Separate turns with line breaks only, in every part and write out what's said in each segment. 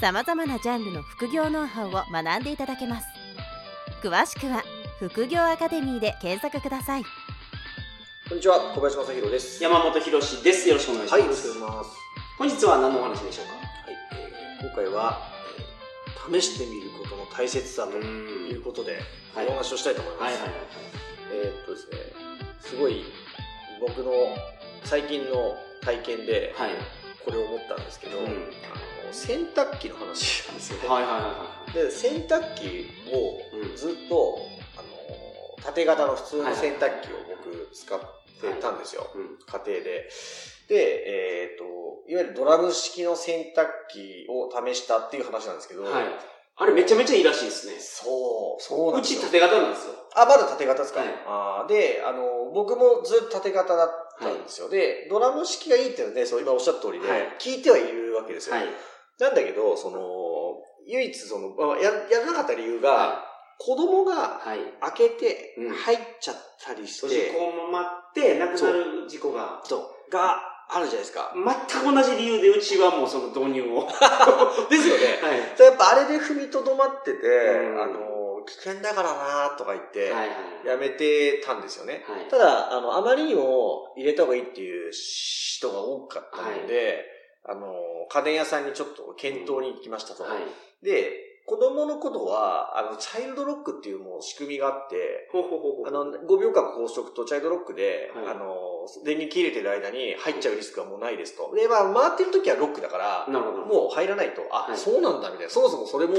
さまざまなジャンルの副業ノウハウを学んでいただけます詳しくは「副業アカデミー」で検索ください
こんにちは、小林正弘です。
山本博史です。よろしくお願いします。
はい、よろしくお願いします。
本日は何のお話でしょう
はい、えー今回は、えー試してみることの大切さ
か。
ということで、
はい
お話をしたいと思いま
はい
す。
はいはい。
えーっとですね、すごい僕の最近の体験で、
はい。
これを思ったんですけど、
うん
あの洗濯機の話なんですよね。
はいはいは
で、洗濯機
う
を
ん
ずっと、あの縦型の普通の洗濯機を僕使ってたんですよ。
い。うん。
家庭で。で、えっ、と、いわゆるドラム式の洗濯機を試したっていう話なんですけど、
はい。あれめちゃめちゃいいらしいですね。
そう、そうなん
う
ですよ
ち。縦型なんですよ。
あ、まだ縦型ですか、
はい
あーで、あの、僕もずっと縦型だったんですよ。で、ドラム式がいいっていうのはね、そう今おっしゃった通りで、
はい
聞いてはいるわけですよ。
はい。
なんだけど、その、唯一その、まあややらなかった理由が、
は
子供が
い。
開けて
うん
入っちゃったりして、
閉じ込まって、なくなる事故が。
そうがあるじゃないですか。
全く同じ理由でうちはもうその導入を。は
ですよ ね。
い。
でやっぱあれで踏みとどまってて、
うん
あの、危険だからなとか言って、
はいはい。
やめてたんですよね。
はい
ただ、あの、あまりにも入れた方がいいっていう人が多かったので、あの、家電屋さんにちょっと検討に行きましたと。
はい。
で、子供のことは、あの、チャイルドロックっていうもう仕組みがあって、
ほうほうほうほう。
あの、5秒間拘束とチャイルドロックで、
はい
あの、電源切れてる間に入っちゃうリスクはもうないですと。で、まあ、回ってる時はロックだから、
なるほど。
もう入らないと、あ、
はい
そうなんだみたいな。そもそもそれも、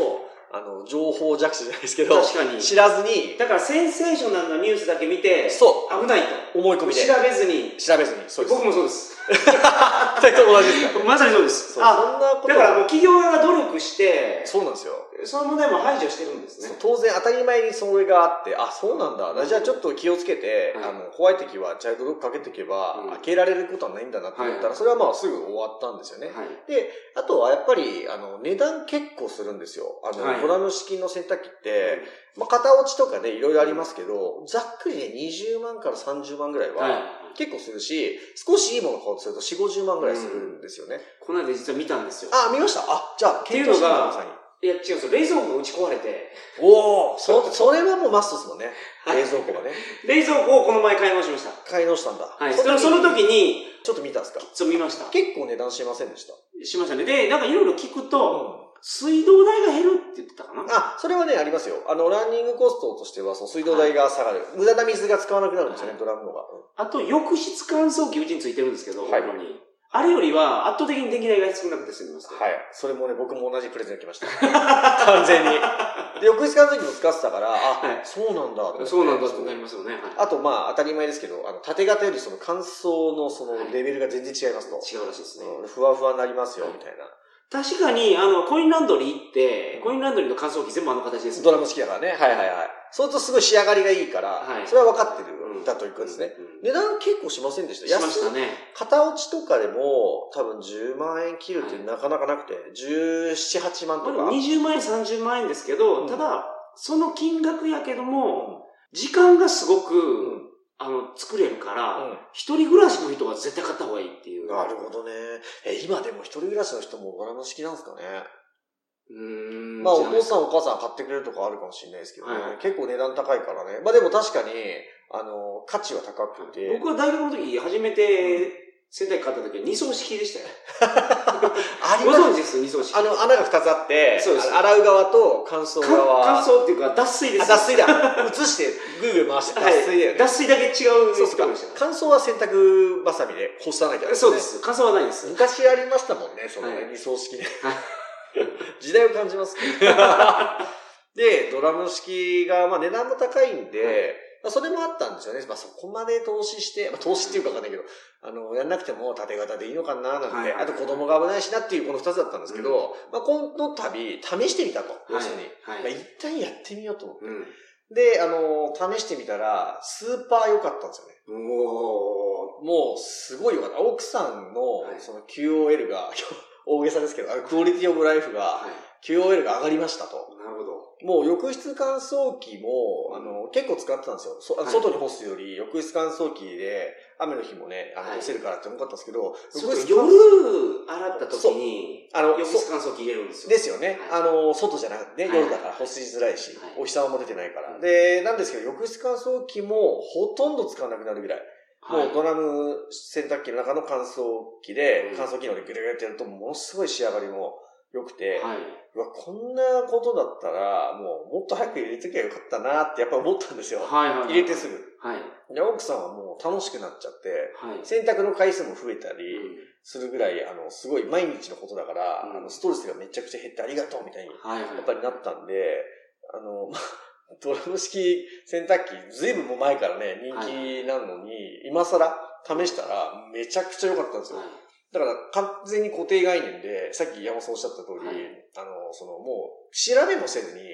あの、情報弱視じゃないですけど、
確かに。
知らずに、
だからセンセーショナルなニュースだけ見て、
そ、
危ないう
思い
と。
込
調
みで。
べずに。
調べずに。そうです。
僕もそうです。
二人とも同じですからね。
まさにそうです。
そう
あ、
そんなこと
だからもう企業側が努力して、
そうなんですよ。
その問題も排除してるんです
そう
ね。
当然当たり前にそれがあって、あ、そうなんだ。じゃあちょっと気をつけて、
はい
あの、怖い時はチャイルドロックかけていけば、
うん
開けられることはないんだなって思ったら、
はい
それはまあすぐ終わったんですよね。
はい。
で、あとはやっぱり、あの、値段結構するんですよ。あの、
はい
ドラム式の洗濯機って、まあ、型落ちとかね、いろいろありますけど、ざっくりね、20万から30万ぐらい
はい
は、結構するし、少しいいものを買おうとすると4、50万ぐらいするんですよね。
この間実は見たんですよ。
あ、見ましたあ、じゃあ、
てい
検
う
討
の
してみてく
が
ださい。
いや、違うんですよ。冷蔵庫がうち壊れて、
おおそ、それはもうマストですもんね。
はい
冷蔵庫がね。
冷蔵庫をこの前買い直しました。
買い直したんだ。
はい。そのその
時、
時に、
ちょっと見たんですか
そう見ました。
結構値段しませんでした。
しましたね。で、なんかいろいろ聞く
う
と、
ん。
水道代が減るって言ってたかな。
あ、それはね、ありますよ。あの、ランニングコストとしては、そう、水道代が下がる。無駄な水が使わなくなるんですよね、
はい
ドラムのが。
あと、浴室乾燥機うちについてるんですけど、
はい
お風呂にあれよりは圧倒的に電気代が少なくて済みます。
はい。それもね、僕も同じプレゼント来 ました。完全に。で、翌日から時も使ってたから、あ、
はい
そうなんだと思って。
そうなんだっ
そ
て
う
なりますよね。はい
あと、まあ、当たり前ですけど、あの、縦型よりその乾燥のそ
は
の
い
レベルが全然違いますと。
違うらしいですね。
うんふわふわになりますよ、
はい
みたいな。
確かに、あの、コインランドリー行って、コインランドリーの乾燥機全部あの形です。
ドラム好きだからね。はいはいはい。それとすごい仕上がりがいいから、
はい
それは分かって
うん
る、だというかですね。。
うん
値段結構しませんでした。
しましたね。
片落ちとかでも、多分10万円切るってなかなかなくて、17、8万
まあ
と
で
か。
も20万円、30万円ですけ
う
ど、
ん
ただ、その金額やけど
うん
も、時間がすご
う
く、
ん
あの、作れるか
う
ら、
ん
一人暮らしの人は絶対買った方がいいっていう。
なるほどね。え、今でも一人暮らしの人もドラム式なんですかね。
うーん。
まあ、お
じゃない
父さんお母さん買ってくれるとかあるかもしれないですけどね。
はい
結構値段高いからね。まあでも確かに、あの、価値は高くて。
僕は大学の時、初めて、洗濯機買った時は二層式でしたよ。
あり
ご
ます
存知です、二層式。
あの、穴が2つあって、
そうです
あ洗う側と乾燥
か
側。
乾燥っていうか、脱水です。
あ、脱水だ。移して、ぐいぐい回して、脱水だよ
はい
ね。
脱水だけ違う
そうっすか
とこでした。
乾燥は洗濯ばさみで干さなきゃね
そうで。す。乾燥はないです。
昔ありましたもんね、そのね
はい
二層式で。 時代を 感じます。で、ドラム式が、まあ値段も高いんで、まあ、それもあったんですよね。まあ、そこまで投資して、まあ、投資っていうかわかんないけど、あの、やんなくても縦型でいいのかな、なんて、
はいはい
あと子供が危ないしなっていうこの二つだったんですけど、まあ、この度、試してみたと、要するに。
はい。
まあ
はい。
一旦やってみようと思って。
うん。
で、あの、試してみたら、スーパー良かったんですよね。
お
もう、すごい良かった。奥さんの
は、い
その QOL が、 大げさですけど、あのクオリティオブライフ
ー。は
が、
い。
QOL が上がりましたと。
なるほど。
もう、浴室乾燥機も、あ
うん
の、結構使ってたんですよ。そあの
はい
外に干すより、浴室乾燥機で、雨の日もね、あの、
はい
干せるからって多かったんですけど、
ちょ
浴
っと
室
夜
乾燥
洗った時に、
あの、
浴
そ
室乾燥機入れるんですよ。
ですよね。
はい
あの、外じゃなくて、ね、
はい
夜だから干しづらいし、
はい
お日様も出てないから。
うん
で、なんですけど、浴室乾燥機もほとんど使わなくなるぐらい。
はい
もうドラム洗濯機の中の乾燥機で
う、ん
乾燥機能でぐるぐるってやると、ものすごい仕上がりも良くて、
はいう
わ、こんなことだったら、もうもっと早く入れときゃよかったなってやっぱ思ったんですよ。
はいはい。
入れてすぐ。
はい。
で、奥さんはもう楽しくなっちゃって、
はい。
洗濯の回数も増えた
う
り、
ん
するぐらい、あの、すごい毎日のことだから、
うん
あの、ストレスがめちゃくちゃ減ってありがとうみたいに、や
はいはい。
っぱりなったんで、あの、 まあ、ドラム式洗濯機、ずいぶんもう前からね、人気なのに、今更試したらめちゃくちゃ良かったんですよ。
は
だから完全に固定概念で、さっき山本さんおっしゃった通り、
はい
あの、そのもう、調べもせずに、
い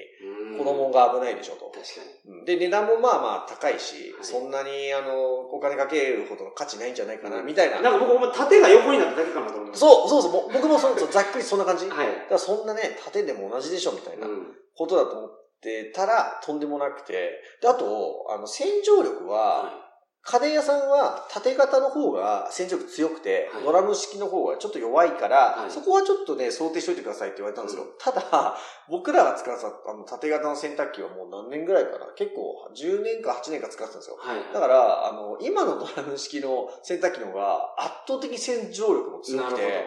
うん
子供が危ないでしょと。
確かに。
うんで、値段もまあまあ高いし、
はい
そんなに、あの、お金かけるほどの価値ないんじゃないかな、みたいな。
なんか僕、お前、縦が横になっただけかなと思いました。
そう、そうそう、もう僕もそうそうざっくりそんな感じ。だか
はい。
らそんなね、縦でも同じでしょみたいな
うん
ことだと思ってたら、とんでもなくて。で、あと、あの、洗浄力は、家電屋さんは縦型の方が洗浄力強くて、
はい
ドラム式の方がちょっと弱いから、
はい
そこはちょっとね、想定しといてくださいって言われたんですよ。
うん
ただ、僕らが使ってた、あの、縦型の洗濯機はもう何年ぐらいかな結構、10年か8年か使ってたんですよ。
はい。
だから、あの、今のドラム式の洗濯機の方が圧倒的に洗浄力も強
な
く
るほど。
て、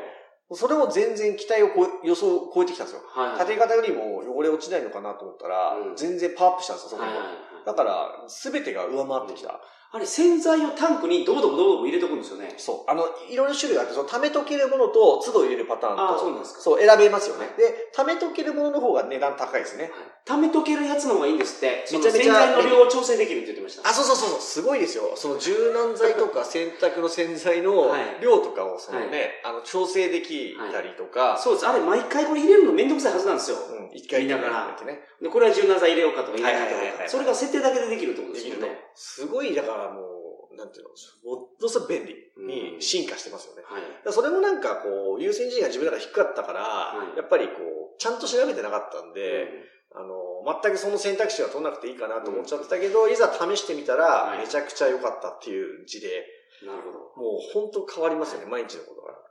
それも全然期待をこう予想を超えてきたんですよ。
はい。
縦型よりも汚れ落ちないのかなと思ったら、
うん
全然パワーアップしたんですよ、そこ
はい
に
はいはい。
だから、すべてが上回ってきた。
あれ、洗剤をタンクにどぼどぼどぼどぼ入れておくんですよね。
そう。あの、いろいろ種類があって、その、溜めとけるものと、都度入れるパターン
ああ、
と、
そうなんですか。
そう、選べますよね。
はい
で、溜めとけるものの方が値段高いですね。
溜めとけるやつの方がいいんですって。そ
めち
の
ゃめち
洗
ゃ
剤の量を調整できるって言ってました。
あ、そうそうそうそう、すごいですよ。その柔軟剤と か洗濯の洗剤の
はい
量とかを、そのね、
は
あの、調整できたりとか、
そうです。あれ、毎回これ入れるのめんどくさいはずなんですよ。
うん、一回
見ながら
ってね。
で、これは柔軟剤入れようかとか入れない
はいはい
と
はいは
か。
い
それが設定だけでできるってことで
ですき
よ
る
ね
と。。すごい、だからもう、なんていうの、ものすごく便利に進化してますよね。
はい。
だからそれもなんかこう、優先順位が自分なら低かったから、
い
やっぱりこう、ちゃんと調べてなかったんで、あの、全くその選択肢は取らなくていいかなと思っちゃってたけど、いざ試してみたら、
はい
めちゃくちゃ良かったっていう字で、
うんなるほど。
もう本当変わりますよね、毎日のことから。だか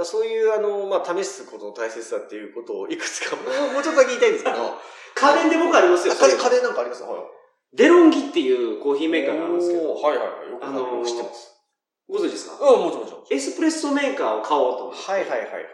らそういう、あの、まあ、試すことの大切さっていうことをいくつか、 もうもうちょっとだけ言いたいんですけど、
家電で僕ありますよ。そ
家
れ
電家電なんかありますはい。
デロンギっていうコーヒーメーカーがあるんですけど、
おーはいはいはい。よく
あのー
知ってます。
ご存知ですか
うん、もちろんもちろん。
エスプレッソメーカーを買おうと思って。
はいはいはいはい。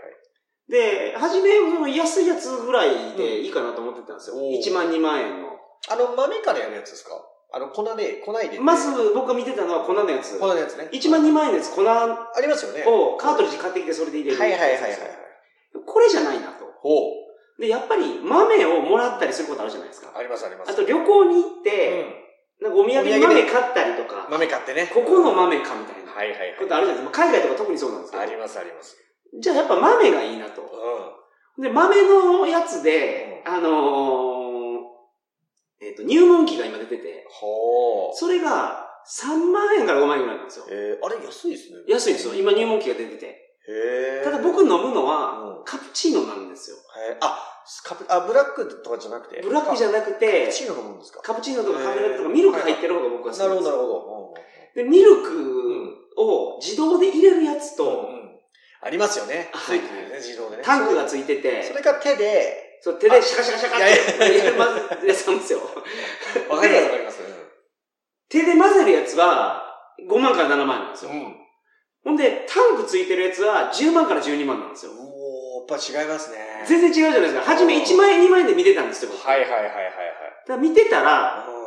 で、初め、その安いやつぐらいでいいかなと思ってたんですよ。
うん
1万、2万円の。
あの、豆からやるやつですかあの、粉で、粉入れて。
まず僕が見てたのは粉のやつ。
粉のやつね。
1万、2万円のやつ、粉
ありますよね。は
をカートリッジ買ってきてそれで入
い
れる。
はいはいはい。
これじゃないなと。
ほ
で、やっぱり豆をもらったりすることあるじゃないですか。
ありますあります。
あと旅行に行っ
う
て、
ん
なんかお土産に
お土産
豆
で
買ったりとか、
豆買ってね。
ここの豆かみたいな
はいはいはい。
ことあるじゃないですか。海外とか特にそうなんですけ
あり
ど。
ますあります。
じゃあやっぱ豆がいいなと。
う
で、豆のやつで、あのー、えっ、と、入門機が今出てて
ん。、ほう。
それが3万円から5万円ぐらいなんですよ。
えー、あれ安いですね。
安いんですよ。今入門機が出てて。
へー
ただ僕飲むの
う
は
ん、
カプチーノなんですよ。
へーあ、カプ、あ、ブラックとかじゃなくて。
ブラックじ
ゃ
ゃなくて、
チーノ飲むんですか
カプチーノとかカフェラテとかミルク入ってる方が僕は好き
なるほど
ん
な
です
る
よ
ほど。
で、ミル
う
ク
ん。
を自動で入れるやつ
と、
と、
うんありますよね。
はい
ついてるね、自動でね。
タンクがついてて
そ、れか手で、
そう手でシャカシャカシャカっ
い
て
やいや
入れるやつなんですよ。
わかりますわかります。
手で混ぜるやつは5万から7万なんですよ。
ん。
ほんで、タンクついてるやつは10万から12万なんですよ。
おおやっぱ違いますね。
全然違うじゃないですか。初め1万円、2万円で見てたんですよ。僕
はいはい
だ
はいはい
から見てたら、
は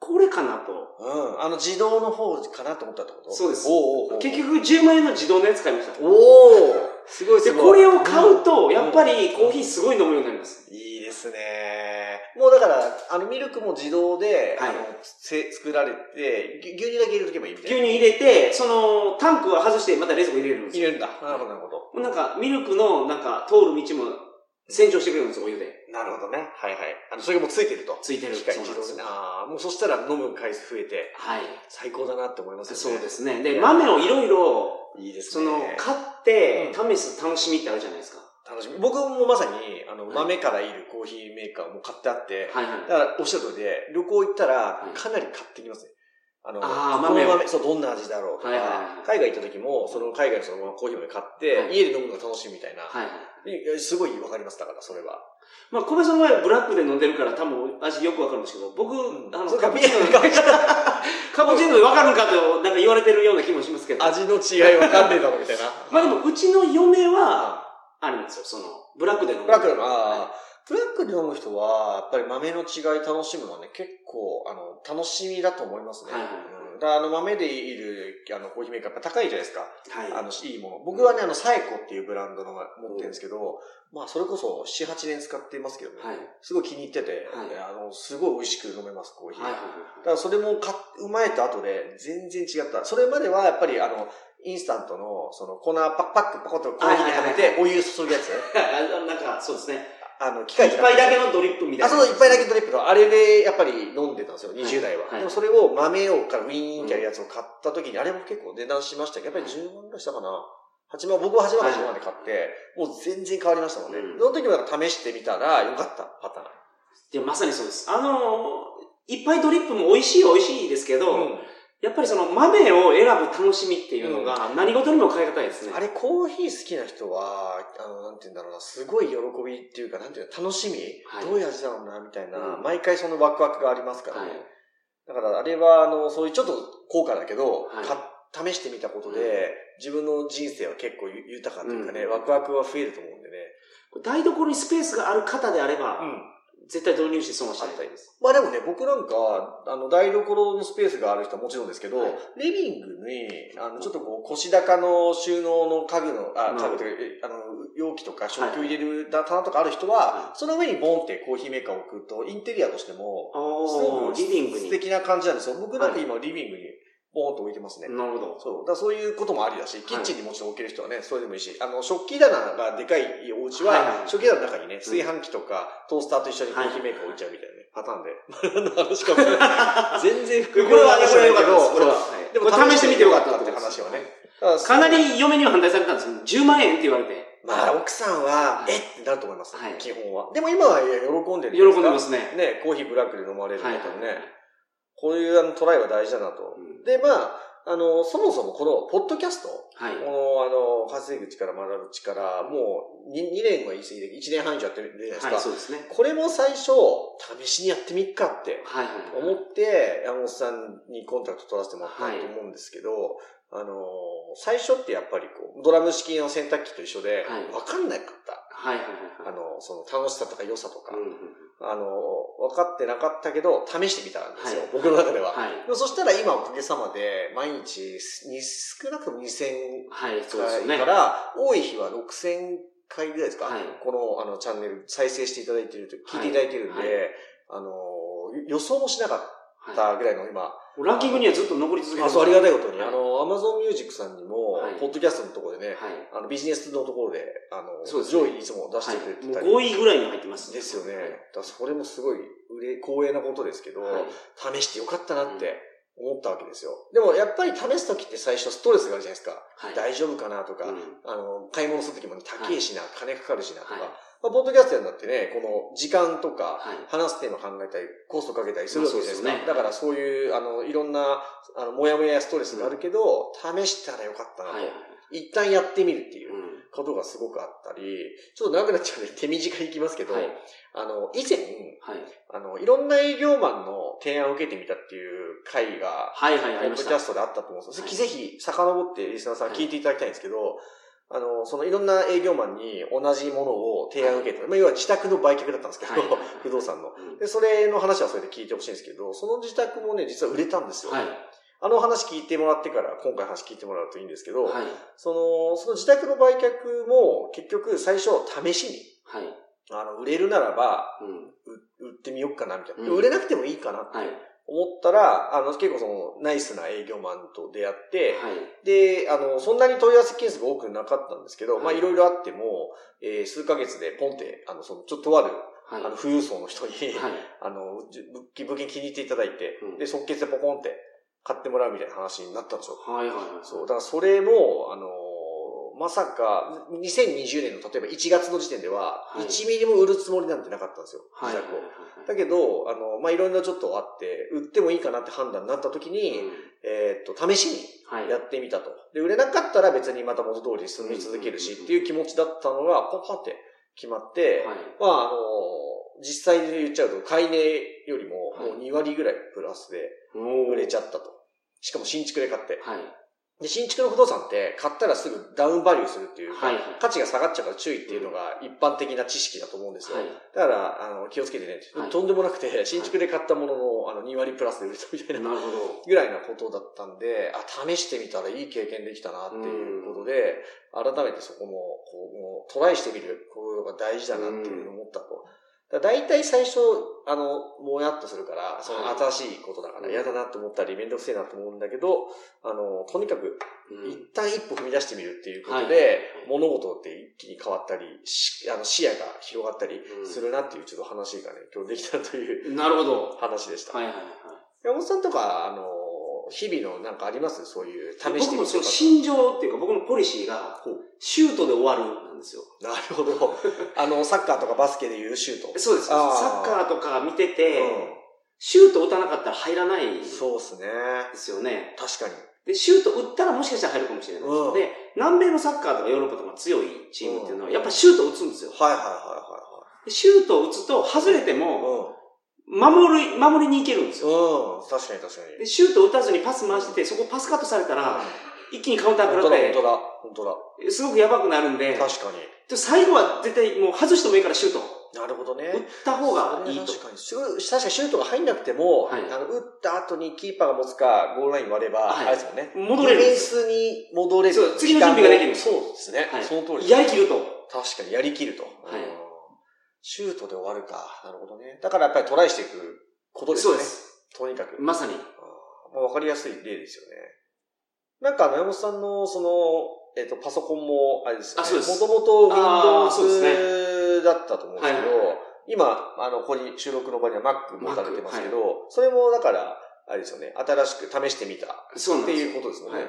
これかなと。
い。うん。うん。あの自動の方かなと思ったってこと
そうです
おうおうおう
結、局10万円の自動のやつ買いました。
おおすごい
で、
すごい。
これを買うと、
ん
やっぱりコーヒーすごい飲むようになります。
いいですねもうだから、あの、ミルクも自動で、
はい
あのせ作られて、ぎ牛乳だけ入れとけばいいみたい
牛
な。
乳入れて、その、タンクは外して、また冷蔵庫入れるんです
入
よ。
れるんだ。なるほど、なるほど。
もうなんか、ミルクの、なんか、通る道も、洗浄してくれるんですよ、お湯で。
なるほどね。はいはい。あの、それがもうついてると。
ついてる。
機械
そう
自
なんです
動で。
よ
ああ、もうそしたら飲む回数増えて、
はい。
最高だなって思いますよね。。
そうですすね。で、豆をいろいろ、
いいです
そ
ね。
の、買って、試す楽しみってあるじゃないですか。
楽しみ。僕もまさに、あの、
はい
豆からいるコーヒーメーカーも買ってあって、
はいは
だ
い。
から、おっしゃる通りで、旅行行ったら
は、い
かなり買ってきますね。あの、
あー
この
豆を
そう、どんな味だろうとか、
はいはいはい
海外行った時も、その海外のそのコーヒーを買って、
はい
家で飲むのが楽しいみたいな。
はいはい。
いやすごいわかります、だから、それは。
まあ、小林さんの場合はブラックで飲んでるから多分味よくわかるんですけど、僕、
うん
あの、
そうか
カプチーノ、 カプチーノでわかるんかと、なんか言われてるような気もしますけど。。
味の違いわかんねえだろ、みたいな
まあでも、うちの嫁は、あれなんですよ、その、ブラックで飲む。
ブラックで飲む、あーブラックで飲む人は、やっぱり豆の違い楽しむのはね、結構、あの、楽しみだと思いますね。
はいはい
うんだからあの、豆でいる、あの、コーヒーメーカーやっぱ高いじゃないですか。
はい。
あの、いいもの。僕はね、あの、サエコっていうブランドのが持ってるんですけど、まあ、それこそ4、8年使ってますけどね。
はい。
すごい気に入ってて、
はい
あの、すごい美味しく飲めます、コーヒー。
はいはい
だからそれも買っ、うまいと後で全然違った。それまではやっぱりあの、インスタントの、その、粉パッパックパコッとコーヒーにはめ
はいはい
て、お湯注ぐやつ。
はい。あのなんか、そうですね。
あの、機械
一
じゃなく
杯
て
だけのドリップみた
あ、
いな。
そう、いっぱいだけドリップの、あれでやっぱり飲んでたんですよ、20代は。
はい
でもそれを豆をからウィーンってやるやつを買った時に、あれも結構値段しましたけど、やっぱり10万ぐらいしたかな。8万、僕は8万か10万で買って、もう全然変わりましたもんね。
うん
その時もなんか試してみたら、よかったパターン。
で、まさにそうです。あのー、いっぱいドリップも美味しいは美味しいですけど、やっぱりその豆を選ぶ楽しみっていうのが何事にも変え難いですね。
あれ、コーヒー好きな人は、あの、なんて言うんだろうな、すごい喜びっていうか、なんていうの、楽しみ、
はい
どういう味だろうな、みたいな、
うん
毎回そのワクワクがありますから
は
ね。
い。
だからあれは、あの、そういうちょっと高価だけど、
はい
か試してみたことで、
うん
自分の人生は結構ゆ豊かというかね、
うん
ワクワクは増えると思うんでね。
台所にスペースがある方であれば、
ん。
絶対導入して損はしないです。
まあでもね、僕なんか、あの、台所のスペースがある人はもちろんですけど、
はい
リビングに、あの、ちょっとこう、腰高の収納の家具の、あ、
うん
家具というか、えあの、容器とか食器を入れる棚とかある人は、
は
その上にボンってコーヒーメーカーを置くと、インテリアとしても、す
お
ご
ー、
く
リビング
素
に。なる
敵な感じなんですよ。僕なんか今リビングにボンと置いてますね。
ほど。
そう。だからそういうこともありだし、キッチンにもちろん置ける人はね、それでもいいし、あの、食器棚がでかいお家は、
はいはい
食器棚の中にね、炊飯器とか、トースターと一緒にコーヒーメーカー置いちゃうみたいなね、パターンで。 何の話か分かんない全然
これ
副
は、これは良かったです。これは。
そう
はい
で
こ
も
れ試してみてよかった
って
ことで
話
す
はね。。だから
かなり嫁には反対されたんですよ。10万円って言われて。
まあ、奥さんは
は、い
えってなると思います、
はい
基本は。でも今はいや喜んでる
喜んでますすね。
ね、コーヒーブラックで飲まれる方もね、
はい
こういうあのトライは大事だなと。
うん
で、まあ、あの、そもそもこの、ポッドキャスト、
はい。
この、あの、稼ぐ力、学ぶ力、もう 2, 年は言い過ぎで、1年半以上やってるじゃないですか。
はい、そうですね。
これも最初、試しにやってみっかって
はいはい。
思って、山本さんにコンタクト取らせてもらったと思うんですけど、あの、最初ってやっぱりこう、ドラム式の洗濯機と一緒で、
はい
わかんなかった。
はいはいはい
あの、その楽しさとか良さとか、
はい。うんうん
あの、分かってなかったけど、試してみたんですよ、
はい
僕の中では。
はい。
でもそしたら今おかげさまで、毎日に少なくとも2000
はい、そうですよね。
だから、多い日は6000回ぐらいですか、
はい
このあのチャンネル再生していただいてると、聞
はい
いていただいてるんで、
はい
あの、予想もしなかっ
は
たぐらいの今、
い、ランキングにはずっと残り続けて
あそうありがたいことに、
はい
あの、アマゾンミュージックさんにも、
はい
ポッドキャストのところでね、
は
あの、ビジネスのところで、あの、
そうですね
上位にいつも出してくれて
い。
た
はい、
り、
もう5位ぐらいに入ってます。
ですよね。
は
だ
い
からそれもすごい嬉光栄なことですけど、
はい
試してよかったなって思ったわけですよ。でもやっぱり試すときって最初ストレスがあるじゃないですか。
はい
大丈夫かなとか、
うん
あの、買い物するときもね、高いしな、金かかるしなとか、
はい
まあ、ポッドキャストやるんだってね、この時間とか、
はい
話すテーマ考えたり、コストかけたりするわけじゃないですか。
まあそうです
だ
よね
からそういう、あの、いろんな、あの、もやもややストレスがあるけど、試したらよかったなと、
はい。
一旦やってみるっていううんことがすごくあったり、ちょっと長くなっちゃうんで手短にいきますけど、
はい。
あの、以前、
はい。
あの、いろんな営業マンの提案を受けてみたっていう回が、
はいはい、あ
ポッド
りま
キ
し
ャ
た。
ストであったと思うんですよ。
はい
ぜひ、遡ってリスナーさん
はい
聞いていただきたいんですけど、あの、そのいろんな営業マンに同じものを提案を受けて、まあ、要は自宅の売却だったんですけど、
はい
不動産の。
うん
で、それの話はそれで聞いてほしいんですけど、その自宅もね、実は売れたんですよ。
はい。
あの話聞いてもらってから、今回話聞いてもらうといいんですけど、
はい。
その、その自宅の売却も結局最初試しに、
はい。
あの、売れるならば、
うん
売売ってってみようかな、みたいな。
うん
売れなくてもいいかなって
はい。はい。
思ったら、あの、結構その、ナイスな営業マンと出会って、で、あの、そんなに問い合わせ件数が多くなかったんですけど、まあ、いろいろあっても、えー数ヶ月でポンって、あの、その、ちょっととある、
はい。
あの、富裕層の人に、
はい。
あの、じ物件、物件気に入っていただいて、
うん
で、即決でポコンって買ってもらうみたいな話になったんですよ。
はいはいはい。
そう、だからそれも、あのーまさか、2020年の例えば1月の時点では、
い
1ミリも売るつもりなんてなかったんですよ、
はい。
自宅を。だけど、あの、まあ、いろんなちょっとあって、売ってもいいかなって判断になった時に、えーっと、試しに
はい。うん
や
はい。
ってみたと。で、売れなかったら別にまた元通り住み続けるしっていう気持ちだったのが、ポンポンって決まって、
はい。
まあ、あのー実際で言っちゃうと、買い値よりも
はい
もう2割ぐらいプラスで
お
売れち
ゃ
ゃったと。しかも新築で買って。
はい。
で、新築の不動産って買ったらすぐダウンバリューするっていうか、
はい。
価値が下がっちゃうから注意っていうのが一般的な知識だと思うんですよ。
はい。
だから、あの、気をつけてね、
はい
とんでもなくて、新築で買ったものの、あの、2割プラスで売れたみたいな
なるほど。
ぐらいなことだったんで、あ、試してみたらいい経験できたなっていうことで、改めてそこも、こう、もうトライしてみることが大事だなっていうふうに思ったと。だから大体最初、あの、もやっとするから、その
はい
新しいことだから嫌だなと思ったり、めんどくせえなと思うんだけど、あの、とにかく、
うん
一旦一歩踏み出してみるっていうことで、
はい
物事って一気に変わったり、しあの視野が広がったりするなっていうちょっと話がね、今日できたという
なるほど。
話でした。
はいはいはい。
山本さんとか、あの、日々のなんかありますそういう試して
僕
み
も
る
そ
と
の
か。
心情っていうか僕のポリシーが、シュートで終わるなんですよ。
なるほ ど。あの、サッカーとかバスケでいうシュート。
そうです。サ
あー
ッカーとか見てて、
う
シュート打たなかったら入らないん
ん、
で
そうですね。
すよね。
確かに。
で、シュート打ったらもしかしたら入るかもしれないです
うん
で、南米のサッカーとかヨーロッパとか強いチームっていうの
う
は、
ん
やっぱシュート打つんですよ。
はいはいはい
でシュートを打つと、外れても、
はいはい。
守る、守りに行けるんですよ。
うん。うん。確かに確か
で、
に。
シュート打たずにパス回してて、そこパスカットされたら、一気にカウンター
本
食
当だ、
らっ
本当
て、
だ、本当だ。
すごくやばくなるんで、
確かに。
で最後は絶対もう外してもいいからシュート。
なるほどね。
打った方がいいと
それ。確かに。すごい確かにシュートが入んなくても、
はい
あの、打った後にキーパーが持つか、ゴールライン割れば、
はい
あれですもんね。
戻れる
ディフェンスに戻れる。
そう次の準備ができる
そうですね。
はい
その通りです。
やりきると。
確かに、やりきると。
い
うんシュートで終わるか。なるほどね。だからやっぱりトライしていくことです
そ
よ
う
ね。
です。
とにかく。
まさに。
あーまあ、わかりやすい例ですよね。なんか、あの山本さんの、その、えっ、と、パソコンも、あれですよ
あ
ね。
そうです
もともと
あーそうですね
Windows だったと思うんですけど、
はいはい
今、あの、ここに収録の場には Mac 持たれてますけど、
Mac
それも、だから、あれですよね、新しく試してみたっ
そうなん
て
です
い
よ
うことですよ
は
ね。
い。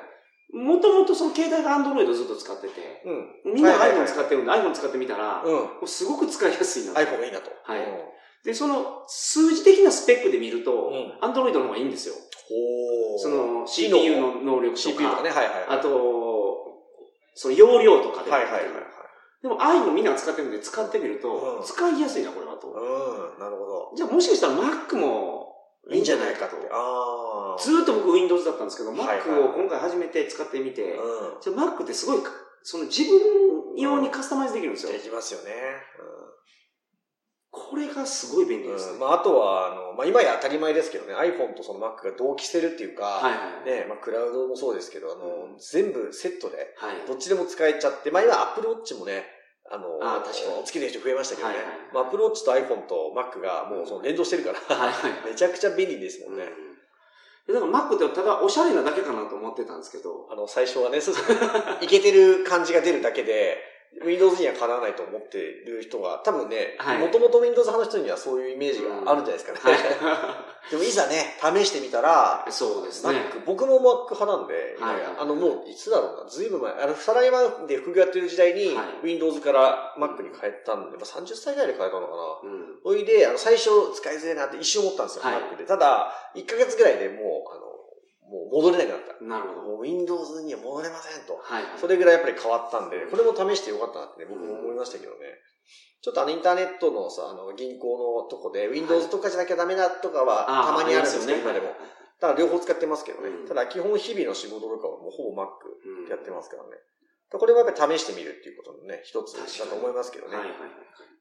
もともとその携帯が Android をずっと使ってて、
うん。
みんな
はいはいは
iPhone
い
使ってるんで、iPhone 使ってみたら、も
うん。
うすごく使いやすいな。
iPhone がいいなと。
はい
うん
で、その数字的なスペックで見ると、
う
Android の方がいいんですよ。
ほー
その CPU の能力と
CPU と
か、
かね、はいはいはい。
あと、その容量とかで。
はいはいはいはい。
でも iPhone みんな使ってるんで使ってみると、
うん
使いやすいな、これはと。
うん、なるほど。
じゃあもしかしたら Mac も
いいんじゃないかって。ああ。
ずーっと僕 Windows だったんですけど、
はいはい
Mac を今回初めて使ってみて、
うん。
じゃあ Mac ってすごいか、その自分用にカスタマイズできるんですよ
で。きますよね。
これがすごい便
う
利
ん。
ですね。
まあ、あとは、あの、まあ、今や当たり前ですけどね、iPhone とその Mac が同期してるっていうか、
はいはい。
ね、まあ、クラウドもそうですけど、あの、全部セットで、
はい。
どっちでも使えちゃって、まあ、今 Apple Watch もね、あの、
あー確かに
つけてる人増えましたけどね
はいはいはい、
まあ Apple Watch と iPhone と Mac がもうその連動してる から、
はいはい。
めちゃくちゃ便利ですもんね。
うん、だから Mac ってただおしゃれなだけかなと思ってたんですけど、
あの、最初はね、そうそう いけてる感じが出るだけで、Windows にはかなわないと思ってる人が、多分ね
はい、
もともと Windows 派の人にはそういうイメージがあるんじゃないですかね。
は
でもいざね、試してみたら、
い。そうですね。
Mac、僕も Mac 派なんで、
はい
あの、もういつだろうな、ずいぶん前、あの、サラリーマンで副業やってる時代に
はい、
Windows から Mac に変えたんで、まあ30歳ぐらいで変えたのかな。
うん。
おいで、あの、最初使いづらいなって一瞬思ったんですよ、
はい
Mac で。ただ、1ヶ月ぐらいでもう、あの、もう戻れなくなった。
なるほど。
もう Windows には戻れませんと。
はい。
それぐらいやっぱり変わったんで、これも試してよかったなってね、僕も思いましたけどね。ちょっとあのインターネットのさ、あの銀行のとこで、Windows とかじゃなきゃダメだとかは、たまにあるんですよ、今でも。だから両方使ってますけどね
うん。
ただ基本日々の仕事とかはもうほぼ Mac
うん
やってますからね。これもやっぱり試してみるっていうことのね、一つだ
確
と
かに
思いますけどね
はい。はいはい。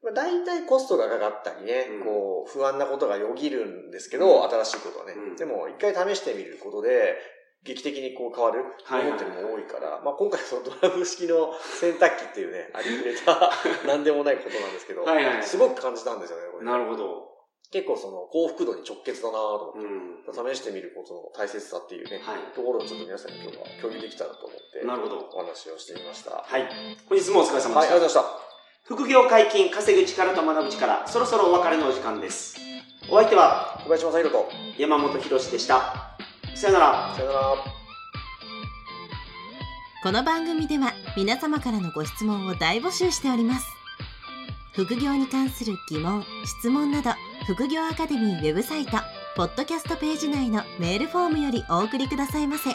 まあ、大体コストがかかったりね、
うん
こう、不安なことがよぎるんですけど、
うん
新しいことはね。
うん
でも、一回試してみることで、劇的にこう変わる
はいはい
思ってるも多いから、まあ今回そのドラム式の洗濯機っていう ね、ありふれた、なんでもないことなんですけど、
はいはい。
すごく感じたんですよね、これ。
なるほど。
結構その幸福度に直結だなと思って。
うん。
試してみることの大切さっていうね、
はい
ところをちょっと皆さんに今日は共有できたらと思って、
なるほど。
お話をしてみました。はい、
はい。本日もお疲れ様
ありがとうござい
でした。
ました。
副業解禁、稼ぐ力と学ぶ力、そろそろお別れのお時間です。お相手は
小林正宏と、
山本博史でした。さよなら。
さよなら。
この番組では皆様からのご質問を大募集しております副業に関する疑問・質問など副業アカデミーウェブサイトポッドキャストページ内のメールフォームよりお送りくださいませ